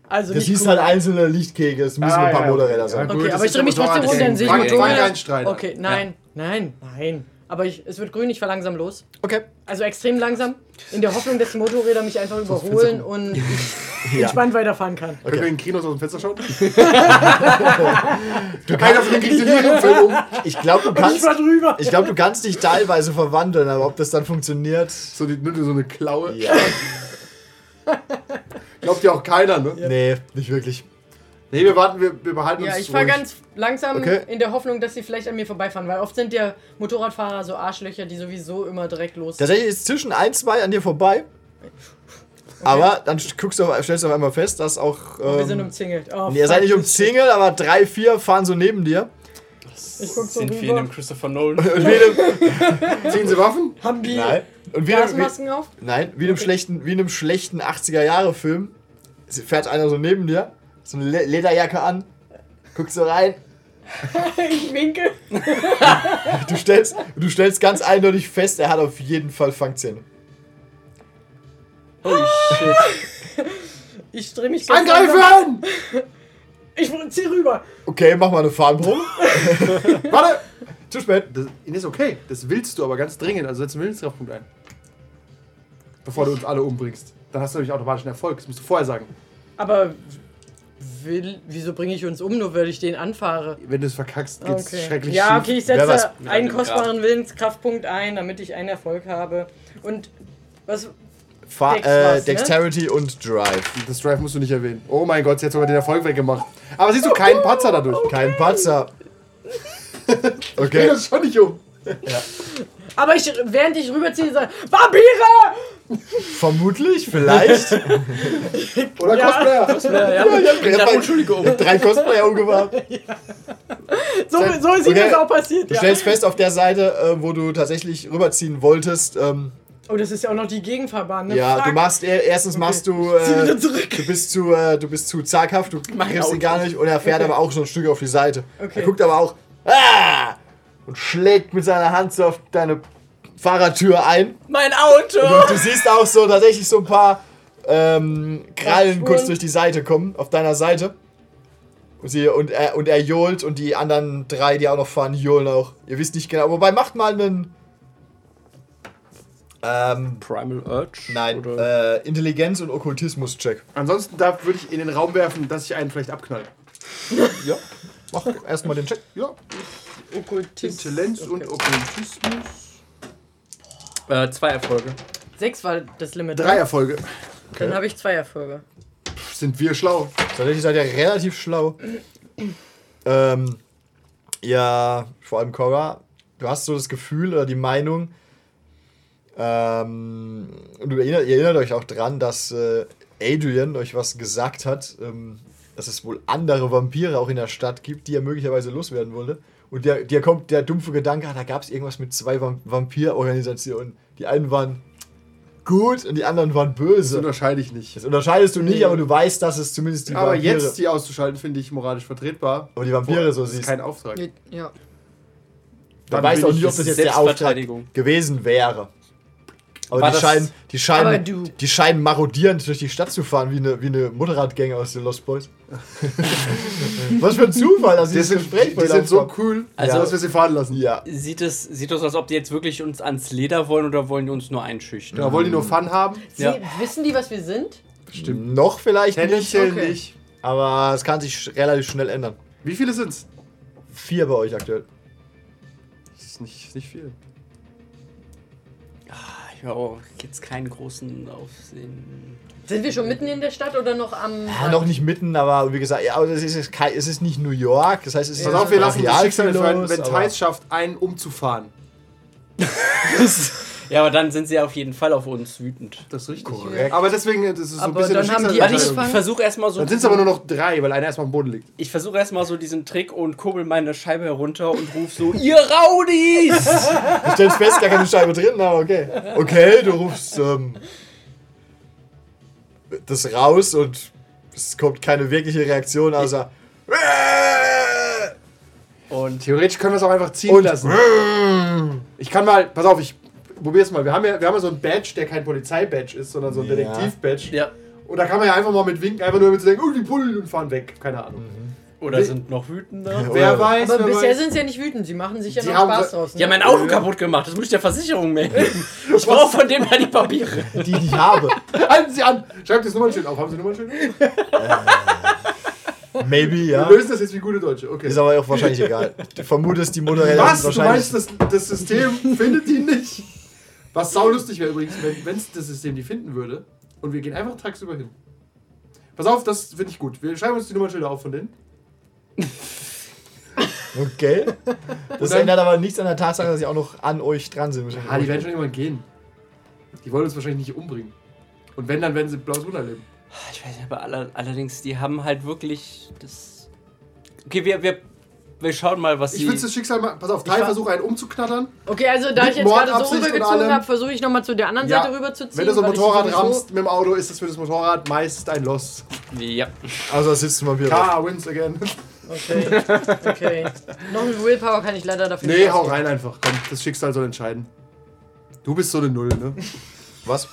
S6: Also
S2: Das
S6: nicht
S2: hieß
S6: cool.
S2: halt einzelne Lichtkegel, es müssen
S3: Ah,
S2: ein paar
S3: ja,
S2: Motorräder
S3: ja,
S2: sein.
S3: gut.
S6: Okay,
S3: das
S6: aber ich
S3: ist
S6: drehe mich
S3: ja
S6: trotzdem
S3: Motorrad.
S6: runter, dann sehe ich
S3: Frank- Frank
S6: Motorräder.
S3: einstreiten.
S6: Okay, nein, nein, nein, nein. Es wird grün, ich fahre langsam los.
S2: Okay.
S6: Also extrem langsam. In der Hoffnung, dass die Motorräder mich einfach überholen und ich entspannt weiterfahren kann.
S3: Können wir in Kinos aus dem Fenster schauen? Keiner von denen kriegt den Lirienfilm um.
S2: Ich glaube, du
S6: Und ich
S2: kannst.
S6: fahr drüber.
S2: Ich glaube, du kannst dich teilweise verwandeln, aber ob das dann funktioniert.
S3: So, die, nimmt dir so eine Klaue.
S2: Ja.
S3: Glaubt ja auch keiner, ne?
S2: Nee, nicht wirklich.
S3: Nee, wir warten, wir, wir behalten uns
S6: Ja, ich fahre
S3: ruhig.
S6: ganz langsam
S2: Okay.
S6: in der Hoffnung, dass sie vielleicht an mir vorbeifahren, weil oft sind ja Motorradfahrer so Arschlöcher, die sowieso immer direkt los.
S2: Tatsächlich ist zwischen 1, 2 an dir vorbei. Aber dann guckst du auf, stellst du auf einmal fest, dass auch. Ähm,
S6: Wir sind umzingelt. Oh,
S2: nee, ihr
S6: fuck,
S2: seid nicht
S6: das
S2: umzingelt, aber drei, vier fahren so neben dir.
S6: Ich guck so
S5: Sind wir in
S6: rüber.
S5: einem Christopher Nolan?
S2: Und wie in
S3: Ziehen Sie Waffen?
S6: stimmt. Haben die
S2: einem, und wie in einem, wie,
S6: Gasmasken auf?
S2: nein, wie in einem schlechten, wie in einem schlechten 80er-Jahre-Film fährt einer so neben dir, so eine Le Lederjacke an, guckst so rein,
S6: Ich winke.
S2: Du stellst, du stellst ganz eindeutig fest, er hat auf jeden Fall Fangzähne.
S5: Holy shit.
S6: Ich drehe mich ganz langsam-
S3: Angreifen!
S6: Ich zieh rüber.
S2: Okay, mach mal eine Farbenprobe.
S3: Warte!
S2: Zu spät.
S3: Das ist okay, das willst du aber ganz dringend, also setz einen Willenskraftpunkt ein. Bevor du uns alle umbringst. Dann hast du nämlich automatisch einen Erfolg, das musst du vorher sagen.
S6: Aber will, wieso bringe ich uns um, nur weil ich den anfahre?
S3: Wenn du es verkackst, geht's
S6: Okay.
S3: schrecklich
S6: Ja,
S3: schief.
S6: okay, ich
S2: Wer was-
S6: setze
S5: Ja,
S6: einen
S5: dem
S6: kostbaren Willenskraftpunkt ein, damit ich einen Erfolg habe. Und was?
S2: Fa
S6: Dex
S2: äh,
S6: war's, ne?
S2: Dexterity und Drive.
S3: Das Drive musst du nicht erwähnen. Oh mein Gott, sie hat sogar den Erfolg weggemacht. Aber siehst du keinen Patzer dadurch.
S2: Kein Patzer.
S3: Ich
S2: Okay.
S3: das schon nicht um.
S6: Aber ich, während ich rüberziehe, sage Vampire!
S2: Vermutlich, vielleicht.
S3: Oder
S6: Ja.
S3: Cosplayer.
S5: Ja, ja,
S2: Ich hab
S5: ja.
S2: bei-
S5: Entschuldigung.
S2: Drei Cosplayer umgebracht.
S6: So, so ist ihm
S2: Okay.
S6: das auch passiert.
S2: Du
S6: Ja.
S2: stellst fest, auf der Seite, äh, wo du tatsächlich rüberziehen wolltest, ähm,
S6: Oh, das ist ja auch noch die Gegenfahrbahn. Ne?
S2: ja,
S6: Fuck.
S2: du machst, äh, erstens machst du,
S6: Zieh
S2: äh,
S6: wieder zurück.
S2: du bist zu, äh, du bist zu zaghaft, du griffst ihn gar nicht und er fährt aber auch so ein Stück auf die Seite.
S6: Okay.
S2: Er guckt aber auch, ah! Und schlägt mit seiner Hand so auf deine Fahrertür ein.
S5: Mein Auto!
S2: Und du siehst auch so tatsächlich so ein paar ähm, Krallen
S6: Spuren.
S2: kurz durch die Seite kommen, auf deiner Seite. Und, sie, und, er, und er johlt und die anderen drei, die auch noch fahren, johlen auch. Ihr wisst nicht genau, wobei macht mal einen. Ähm,
S5: Primal Urge?
S2: nein,
S5: Oder?
S2: äh, Intelligenz- und Okkultismus-Check.
S3: Ansonsten darf, würde ich in den Raum werfen, dass ich einen vielleicht abknall.
S2: Ja, mach erstmal den Check.
S3: Ja.
S6: Okkultist.
S3: Intelligenz und
S6: Okay.
S3: Okkultismus.
S5: Äh, zwei Erfolge.
S6: Sechs war das Limit.
S3: Drei
S6: ne?
S3: Erfolge.
S6: Dann habe ich zwei Erfolge.
S3: Pff, Sind wir schlau.
S2: Tatsächlich seid ihr relativ schlau. ähm, ja, vor allem Cora, du hast so das Gefühl oder die Meinung, ähm, und du erinnert, ihr erinnert euch auch dran, dass äh, Adrian euch was gesagt hat, ähm, dass es wohl andere Vampire auch in der Stadt gibt, die er möglicherweise loswerden wollte. Und der, der kommt der dumpfe Gedanke, ah, da gab es irgendwas mit zwei Vam- Vampirorganisationen. Die einen waren gut und die anderen waren
S3: Das
S2: böse.
S3: unterscheide ich nicht.
S2: Das unterscheidest du nicht, aber du weißt, dass es zumindest die
S3: Aber
S2: Vampire...
S3: jetzt die auszuschalten, finde ich moralisch vertretbar.
S2: Aber die Vampire so
S3: Das ist
S2: siehst.
S3: kein Auftrag.
S6: Ja.
S2: Man
S3: Dann
S2: weiß
S3: bin
S2: auch
S3: ich-
S2: nicht, ob
S3: das
S2: das
S3: ist
S2: jetzt der Auftrag
S5: Selbstverteidigung.
S2: gewesen wäre. Aber
S5: War
S2: die
S5: das-
S2: scheinen, die,
S4: Aber
S2: scheinen,
S4: du-
S2: die scheinen marodierend durch die Stadt zu fahren, wie eine, wie eine Motorradgang aus den Lost Boys. Was für ein Zufall, dass dieses Gespräch
S3: die
S2: heute
S3: sind so
S2: aufkommt.
S3: cool,
S5: Also-
S3: dass wir sie fahren lassen.
S2: Ja.
S5: Sieht es, sieht es, als ob die jetzt wirklich uns ans Leder wollen oder wollen die uns nur einschüchtern?
S3: Da wollen die nur Fun haben?
S6: Sie,
S5: Ja.
S6: Wissen die, was wir sind?
S2: Stimmt. Noch vielleicht nicht,
S3: Tendenziell
S6: okay.
S3: nicht.
S2: aber es kann sich sch- relativ schnell ändern.
S3: Wie viele sind's?
S2: Vier bei euch aktuell.
S3: Das ist nicht, nicht viel.
S5: Ja, jetzt keinen großen Aufsehen.
S6: Sind wir schon mitten in der Stadt oder noch am.
S2: Ja, noch nicht mitten, aber wie gesagt, ja, aber es ist, jetzt kein- es ist nicht New York. Das heißt, es ist
S3: Pass auf, wir lassen das
S2: brachial
S3: Schicksal entscheiden,
S2: ziellos,
S3: wenn
S2: aber-
S3: Thais schafft, einen umzufahren.
S5: Ja, aber dann sind sie auf jeden Fall auf uns wütend.
S3: Das ist richtig.
S2: Korrekt.
S3: Aber deswegen das ist es so ein
S6: Aber
S3: bisschen
S6: dann haben die
S5: Warte, ich
S6: Angefangen?
S5: versuche erstmal so.
S3: Dann sind es aber nur noch drei, weil einer erstmal am Boden liegt.
S5: Ich versuche erstmal so diesen Trick und kurbel meine Scheibe herunter und ruf so: Ihr Raudis!
S2: Ich stell's fest, gar keine Scheibe drin, aber okay. Okay, du rufst ähm, das raus und es kommt keine wirkliche Reaktion, außer.
S3: Und theoretisch können wir es auch einfach ziehen
S2: Und-
S3: lassen. Ich kann mal, pass auf, ich probier's mal. Wir haben ja, wir haben ja so einen Badge, der kein Polizei-Badge ist, sondern so ein
S2: Ja.
S3: Detektiv-Badge.
S5: ja.
S3: Und da kann man ja einfach mal mit winken, einfach nur damit sie denken, oh, die Bullen und fahren weg. Keine Ahnung.
S5: Oder sind noch wütender?
S3: Wer
S2: Oder-
S3: weiß,
S6: Aber
S3: wer
S6: bisher
S3: weiß.
S6: sind sie ja nicht wütend, sie machen sich ja
S3: Die
S6: noch
S3: haben
S6: Spaß
S3: so-
S6: draus. Ne?
S5: Die haben mein Auto kaputt gemacht, das muss ich der Versicherung melden. Ich brauche von dem mal die Papiere.
S2: Die, die ich habe.
S3: Halten Sie an! Schreibt das Nummernschild auf. Haben Sie ein Nummernschild?
S2: Maybe, ja.
S3: Wir lösen das jetzt wie gute Deutsche. Okay.
S2: Ist aber auch wahrscheinlich egal. Du vermutest, die Motorräder
S3: Was? Du
S2: wahrscheinlich.
S3: meinst, das, das System findet die nicht? Was saulustig wäre übrigens, wenn es das System die finden würde und wir gehen einfach tagsüber hin. Pass auf, das finde ich gut. Wir schreiben uns die Nummernschilder auf von denen.
S2: okay. Das
S3: Oder-
S2: ändert aber nichts an der Tatsache, dass sie auch noch an euch dran sind.
S3: Ah, die werden schon irgendwann gehen. Die wollen uns wahrscheinlich nicht umbringen. Und wenn, dann werden sie blaues Wunder erleben.
S5: Ich weiß nicht, aber aller, allerdings, die haben halt wirklich das. Okay, wir, wir, wir schauen mal, was
S3: Ich
S5: sie.
S3: würde das Schicksal mal. Pass auf, Teil versuche einen umzuknattern.
S6: Okay, also da
S3: Mit
S6: ich jetzt gerade so
S3: Mordabsicht und
S6: rübergezogen
S3: allem.
S6: habe, versuche ich nochmal zu der anderen
S3: Ja.
S6: Seite rüberzuziehen.
S3: Wenn du so ein
S6: weil ich
S3: Motorrad
S6: sowieso-
S3: rammst mit dem Auto, ist das für das Motorrad meist ein Loss.
S5: ja.
S2: Also da sitzen wir wieder.
S3: Car wins again.
S6: Okay, okay. Noch mit Willpower kann ich leider dafür
S3: Nee,
S6: nicht
S3: hau
S6: ausgeben.
S3: rein einfach. Komm, das Schicksal soll entscheiden. Du bist so eine Null, ne?
S2: Was?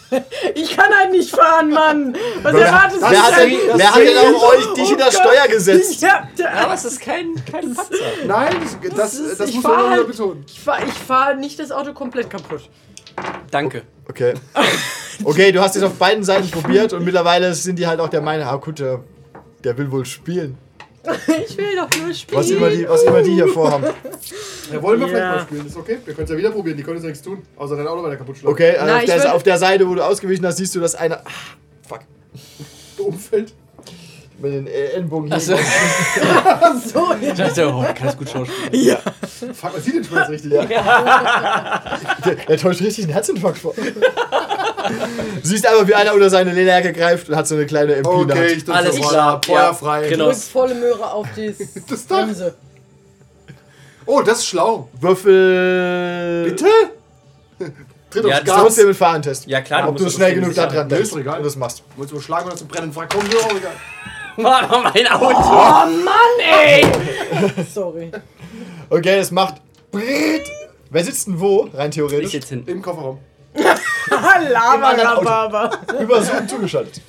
S6: Ich kann halt nicht fahren, Mann! Was
S2: Wer,
S6: erwartest du
S2: wer hat denn,
S6: denn?
S2: wer hat denn auch euch dich hinter
S3: Oh
S2: Steuer gesetzt?
S6: Ja, da-
S5: Aber es ist kein, kein Panzer.
S3: Nein, das, das,
S6: ist-
S3: das,
S6: ich
S3: muss man
S6: fahr
S3: immer wieder
S6: halt-
S3: betonen.
S6: Ich fahre ich fahr nicht das Auto komplett kaputt.
S5: Danke.
S2: Okay. Okay, du hast es auf beiden Seiten probiert und mittlerweile sind die halt auch der Meinung, ah gut, der, der will wohl spielen.
S6: Ich will doch nur spielen.
S2: Was immer die, was immer die hier vorhaben.
S3: Ja, wollen wir
S6: Ja.
S3: vielleicht mal spielen, ist okay. Wir können es ja wieder probieren, die können uns ja nichts tun. Außer dein Auto weiter kaputt schlagen.
S2: Okay, also
S6: Na,
S2: auf,
S6: ich
S2: der,
S6: würd-
S2: auf der Seite, wo du ausgewichen hast, siehst du, dass einer ah,
S3: Du Umfeld.
S2: mit den äh, Ellenbogen hier.
S5: Also,
S6: so,
S5: ich dachte, oh, kann das gut schauspielen.
S3: Fuck, man sieht den Schmerz richtig.
S2: Der, der täuscht richtig einen Herzinfarkt vor. siehst aber, wie einer unter seine Lederjacke greift und hat so eine kleine MP in der
S3: Oh, Okay,
S2: Hand.
S3: ich
S5: Alles
S3: sofort
S5: klar,
S3: ab, Feuer
S5: ja,
S3: frei.
S5: genau.
S6: drück volle Möhre auf die
S3: Das Dach.
S6: Bremse.
S3: Oh, das ist schlau.
S2: Würfel.
S3: Bitte? Tritt
S5: Ja,
S3: aufs
S5: das
S2: Du musst
S3: Gas.
S2: dir mit Fahren testen.
S5: Ja, klar, du
S2: Ob du
S5: musst
S2: schnell
S5: auf jeden
S2: genug da
S5: Fall.
S2: dran
S3: Nö, ist
S2: denkst
S3: doch egal.
S2: und das machst.
S3: Wolltest du schlagen oder zum Brennen? Frag, komm, so, egal.
S5: War doch mein Auto. Oh Mann, ey!
S6: Sorry.
S2: Okay, das macht. Wer sitzt denn wo? Rein
S5: Ich
S2: theoretisch.
S5: jetzt hin.
S3: Im Kofferraum.
S6: Lava,
S2: anderen
S6: Rhabarber.
S2: Über Zoom zugeschaltet.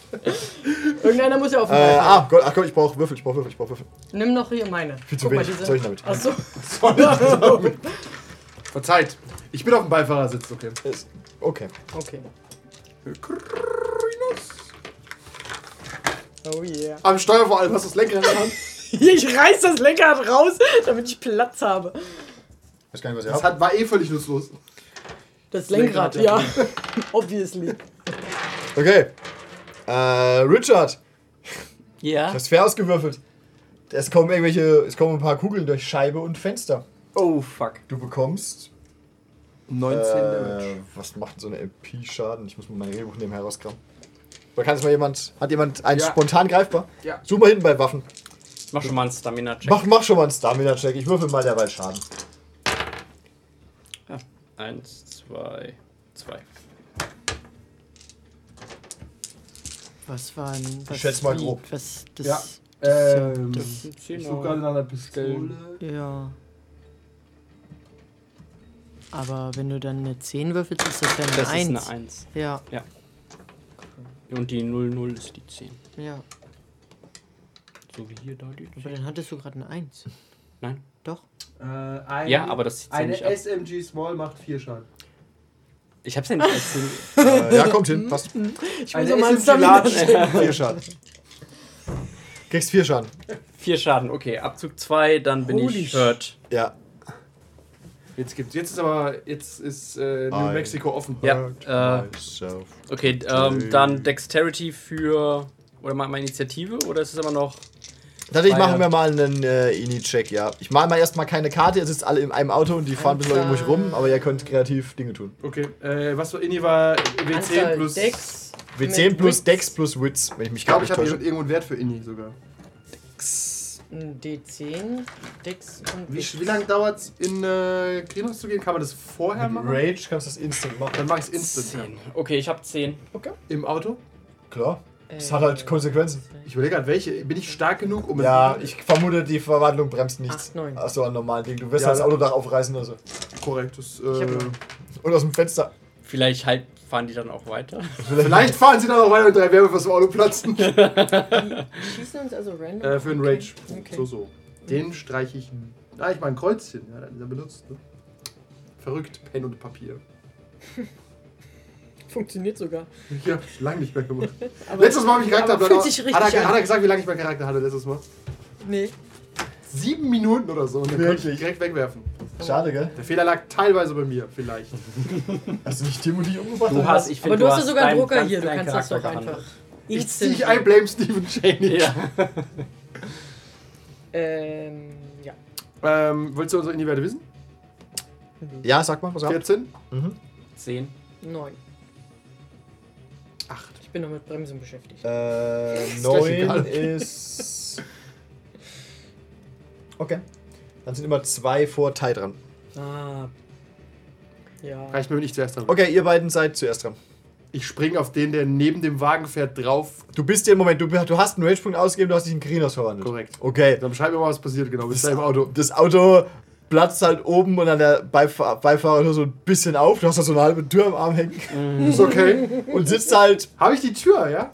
S6: Irgendeiner muss ja auf
S2: Äh, ah, Gott, ach komm, ich brauch Würfel, ich brauch Würfel, ich brauch Würfel.
S6: Nimm noch hier meine. Viel
S2: zu wenig. Was soll ich damit?
S6: Achso.
S3: Verzeiht. Ich bin auf dem Beifahrersitz, okay.
S2: Ist- Okay.
S6: Okay. Oh yeah.
S3: Am Steuer vor allem hast du das Lenkrad in der Hand.
S6: Ich reiß das Lenkrad raus, damit ich Platz habe.
S2: Weiß gar nicht, was ihr
S3: Das
S2: habt.
S3: hat, war eh völlig nutzlos.
S6: Das Lenkrad, ja. Obviously.
S2: Okay. Äh, Richard,
S5: Ja.
S2: du hast fair ausgewürfelt. Es kommen irgendwelche, es kommen ein paar Kugeln durch Scheibe und Fenster.
S5: Oh, fuck.
S2: Du bekommst.
S3: 19
S2: Äh, was macht so eine MP Schaden? Ich muss mal mein Regelbuch nebenher rauskramen. Oder kann es mal jemand, hat jemand einen
S3: Ja.
S2: spontan greifbar?
S3: Ja.
S2: Such mal hinten bei Waffen.
S5: Ich mach schon mal einen Stamina-Check.
S2: Mach, mach schon mal einen Stamina-Check. Ich würfel mal derweil Schaden.
S5: Ja. Eins, zwei, zwei.
S6: Was war denn. Was
S2: Ich schätz mal
S6: wie?
S2: grob.
S6: Was,
S3: Ja.
S6: das,
S3: Ähm,
S5: Das sind
S3: ich
S5: zehn
S3: suche gerade
S5: Euro.
S3: nach einer Pistole.
S6: ja. Aber wenn du dann eine 10 würfelst, ist das dann eine
S5: Das
S6: 1.
S5: ist eine 1.
S6: Ja,
S5: Ja. Und die 00 ist die 10.
S6: ja.
S5: So wie hier da die.
S6: Aber dann hattest du gerade eine 1.
S5: Nein.
S6: Doch.
S3: eine,
S5: Ja, aber das zieht sie
S3: Äh, Eine
S5: nicht ab.
S3: SMG Small macht 4 Schaden.
S5: Ich hab's ja nicht erzählt.
S2: Äh, ja, kommt hin. Passt.
S6: Ich
S3: Eine SMG Large.
S2: Vier Schaden. Kriegst vier Schaden.
S5: Vier Schaden, okay. Abzug 2, dann bin
S3: Holy
S5: ich hurt.
S2: Ja.
S3: Jetzt gibt's. Jetzt ist aber. Jetzt ist äh, New
S2: Ein-
S3: Mexico offen.
S5: Ja, äh,
S2: Myself.
S5: okay, ähm, dann Dexterity für. Oder mal meine Initiative? Oder ist es immer noch.
S2: Tatsächlich machen
S5: Feiert.
S2: wir mal einen äh, Ini-Check, ja. Ich mal mal erstmal keine Karte, ihr sitzt alle in einem Auto und die fahren ein bisschen irgendwo rum, aber ihr könnt kreativ Dinge tun.
S3: Okay. Äh, was für Inni war W10
S6: Anzahl
S3: plus.
S6: Decks.
S2: W10
S6: Mit
S2: plus
S6: Wits.
S2: Dex plus Wits, wenn ich mich
S3: Ich
S2: gar
S3: glaube, ich
S2: nicht
S3: habe
S2: täusche.
S3: irgendwo einen Wert für Inni sogar.
S6: Ein D10, Dex und
S3: Wie,
S6: Wits.
S3: wie lange dauert's in äh, Grinos zu gehen? Kann man das vorher
S2: Mit
S3: machen?
S2: Rage kannst du das instant machen.
S3: Dann mach ich's instant. Ja.
S5: Okay, ich hab 10.
S3: Im Auto?
S2: Klar.
S6: Äh,
S2: Das hat halt Konsequenzen.
S3: Ich überlege gerade, welche. Bin ich stark genug, um.
S2: Ja, ich vermute, die Verwandlung bremst nichts.
S6: Acht, neun.
S2: Achso, an normalen Ding. Du wirst
S3: Ja.
S2: das Autodach aufreißen oder so.
S3: Korrekt. Das,
S6: Ich
S3: äh,
S6: hab-
S2: Und aus dem Fenster.
S5: Vielleicht halt fahren die dann auch weiter.
S3: vielleicht fahren sie dann auch weiter mit drei Werbe fürs Auto platzen. äh,
S6: Schießen uns also random?
S3: für einen Rage.
S6: Okay.
S3: So, so. Den streiche ich. Ah, ich meine ein Kreuzchen. Ja, dann ist er benutzt. Ne? Verrückt, Pen und Papier.
S6: Funktioniert sogar.
S3: Ich habe lange nicht mehr gemacht. Letztes Mal habe ich Charakter.
S6: aber fühlt sich richtig
S3: hat, er,
S6: an.
S3: hat er gesagt, wie lange ich meinen Charakter hatte letztes Mal?
S6: Nee.
S3: Sieben Minuten oder so. Und dann konnte ich
S2: Wirklich?
S3: direkt wegwerfen.
S2: Schade, gell?
S3: Der Fehler lag teilweise bei mir, vielleicht.
S2: Hast du nicht Timothy umgebracht?
S5: Du hast, ich
S6: Aber du hast ja sogar einen
S5: deinen
S6: Drucker
S5: ganz
S6: hier, du
S5: kleinen
S6: kannst das doch
S5: Charakter
S6: einfach.
S5: gehandelt.
S3: Ich
S6: Instant.
S3: ziehe ich ein, blame Stephen Cheney.
S5: Ja.
S6: Ähm, ja.
S3: Ähm, willst du unsere Indie-Werte wissen?
S2: Ja, sag mal, was ab.
S3: 14?
S5: 10.
S6: Neun. Acht. Ich bin noch mit Bremsen beschäftigt.
S2: Äh,
S3: gleich
S2: 9
S3: egal.
S2: ist. Okay. Dann sind immer zwei vor Tai dran.
S6: Ah. Ja.
S3: Reicht mir, wenn ich zuerst dran bin.
S2: Okay, ihr beiden seid zuerst dran.
S3: Ich springe auf den, der neben dem Wagen fährt, drauf.
S2: Du bist dir im Moment, du, du hast einen Rage-Punkt ausgegeben, du hast dich in Grinos verwandelt.
S3: Korrekt.
S2: Okay.
S3: Dann beschreib mir mal, was passiert genau. Bist da im Auto.
S2: Das Auto platzt halt oben und an der Beifahr Beifahrertür so ein bisschen auf. Du hast da so eine halbe Tür am Arm hängen
S3: Ist okay.
S2: und sitzt halt.
S3: Habe ich die Tür, ja?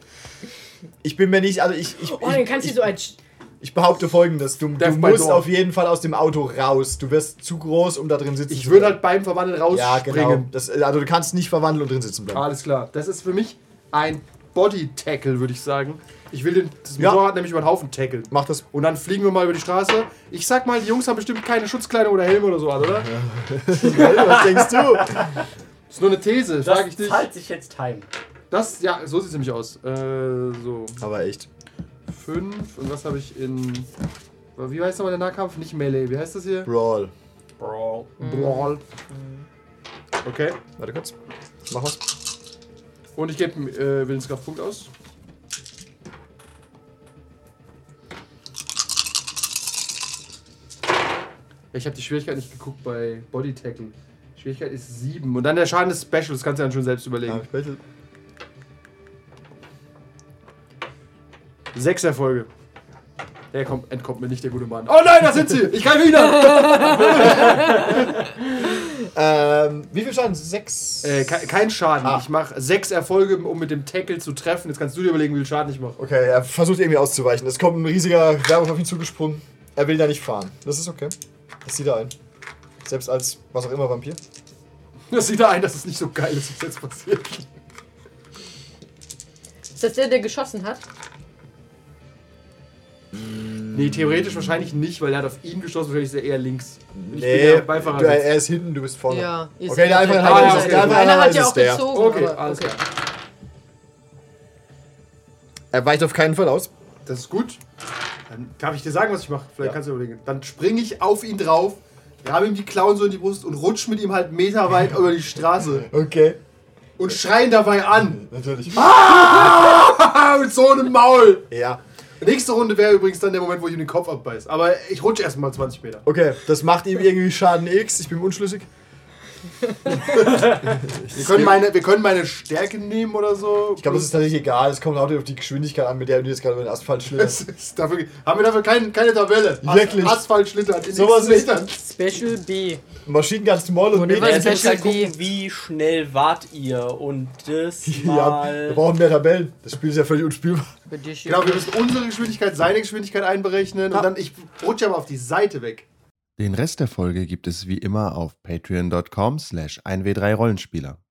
S2: Ich bin mir nicht, also ich, ich,
S6: Oh, dann kannst du so als.
S2: ich behaupte folgendes: Du, du
S3: Death by
S2: musst
S3: Door.
S2: auf jeden Fall aus dem Auto raus. Du wirst zu groß, um da drin sitzen
S3: Ich
S2: zu
S3: würde
S2: bleiben.
S3: halt beim Verwandeln rausspringen.
S2: Ja, genau. Das, also du kannst nicht verwandeln und drin sitzen bleiben.
S3: Alles klar. Das ist für mich ein Body-Tackle, würde ich sagen. Ich will den, das
S2: Ja.
S3: Motorrad nämlich über den Haufen tackeln.
S2: Mach das.
S3: Und dann fliegen wir mal über die Straße. Ich sag mal, die Jungs haben bestimmt keine Schutzkleidung oder Helme oder so an, oder?
S2: Was denkst du?
S3: Ist nur eine These, frage ich dich.
S5: sich jetzt heim.
S3: Das, ja, so sieht es nämlich aus. Äh, so.
S2: Aber echt.
S3: 5 und was habe ich in. Wie heißt nochmal der Nahkampf? Nicht Melee, wie heißt das hier?
S2: Brawl.
S5: Brawl.
S3: Brawl. Okay.
S2: Warte kurz. Mach was.
S3: Und ich gebe äh, Willenskraftpunkt aus. Ja, Ich habe die Schwierigkeit nicht geguckt bei Body Tackle. Schwierigkeit ist 7. Und dann der Schaden des Specials, das kannst du dann schon selbst überlegen. Sechs Erfolge. Der kommt, entkommt mir nicht, der gute Mann. Oh nein, da sind sie! Ich kann wieder!
S2: Ähm, wie viel Schaden? Sechs.
S3: äh, ke kein Schaden.
S2: Ah.
S3: Ich mache sechs Erfolge, um mit dem Tackle zu treffen. Jetzt kannst du dir überlegen, wie viel Schaden ich mache.
S2: Okay, er versucht irgendwie auszuweichen. Es kommt ein riesiger Werwolf auf ihn zugesprungen. Er will da nicht fahren. Das ist okay. Das sieht er ein. Selbst als was auch immer Vampir.
S3: Das sieht da ein, dass es nicht so geil ist, was jetzt passiert.
S6: Ist das der, der geschossen hat?
S3: Nee, theoretisch wahrscheinlich nicht, weil er hat auf ihn geschossen, wahrscheinlich ist er eher links. Ich
S2: Nee,
S3: bin ja Beifahrer.
S2: du, äh, er ist hinten, du bist vorne.
S6: Ja, ist
S2: okay, der
S6: Ah, ja
S2: einfache
S6: der
S2: Heiler
S3: Heiler.
S2: ist es. Der
S3: Okay,
S2: einfache
S3: gut.
S6: Einer
S2: Heiler
S6: hat
S2: ist
S6: ja
S2: es
S6: auch
S2: der.
S6: gezogen.
S3: okay,
S6: aber,
S3: alles
S6: okay.
S3: klar.
S2: Er weicht auf keinen Fall aus.
S3: Das ist gut. Dann darf ich dir sagen, was ich mache. Vielleicht kannst du überlegen. Dann springe ich auf ihn drauf, rabe ihm die Klauen so in die Brust und rutsche mit ihm halt meterweit über die Straße
S2: Okay.
S3: und schreien dabei an.
S2: Natürlich.
S3: Ah, mit so einem Maul.
S2: Ja.
S3: Nächste Runde wäre übrigens dann der Moment, wo ich ihm den Kopf abbeiß. Aber ich rutsche erstmal 20 Meter.
S2: Okay, das macht ihm irgendwie Schaden X. Ich bin unschlüssig.
S3: Wir können meine, wir können meine Stärken nehmen oder so.
S2: Ich glaube, es ist tatsächlich egal. Es kommt auch auf die Geschwindigkeit an, mit der du jetzt gerade über den Asphalt
S3: Das
S2: schlitterst.
S3: ist dafür, haben wir dafür kein, keine Tabelle. As-
S2: Wirklich?
S3: Asphalt schlittert. in
S2: Sowas
S3: nichts schlittert.
S6: Special B.
S2: Maschinen ganz Maul und
S6: Wunderbar.
S5: Ja,
S2: Medien.
S5: jetzt muss halt
S6: Special B.
S5: gucken, wie schnell wart ihr und das
S2: Ja, wir
S5: mal...
S2: brauchen mehr Tabellen. Das Spiel ist ja völlig unspielbar.
S6: Edition.
S3: Genau, wir müssen unsere Geschwindigkeit, seine Geschwindigkeit einberechnen und dann ich rutsche aber auf die Seite weg.
S7: Den Rest der Folge gibt es wie immer auf patreon.com slash 1w3rollenspieler.